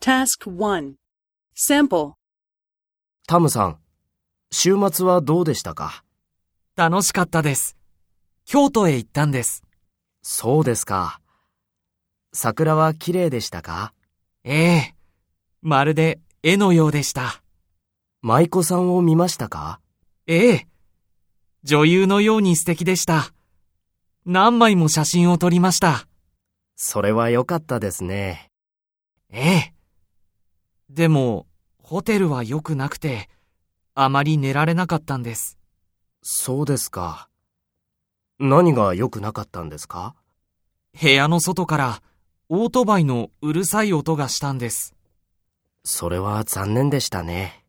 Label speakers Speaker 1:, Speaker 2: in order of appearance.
Speaker 1: Task 1 Sample
Speaker 2: タムさん、週末はどうでしたか
Speaker 3: 楽しかったです。京都へ行ったんです。
Speaker 2: そうですか。桜は綺麗でしたか
Speaker 3: ええ。まるで絵のようでした。
Speaker 2: 舞妓さんを見ましたか
Speaker 3: ええ。女優のように素敵でした。何枚も写真を撮りました。
Speaker 2: それは良かったですね。
Speaker 3: ええ。でも、ホテルは良くなくて、あまり寝られなかったんです。
Speaker 2: そうですか。何が良くなかったんですか
Speaker 3: 部屋の外からオートバイのうるさい音がしたんです。
Speaker 2: それは残念でしたね。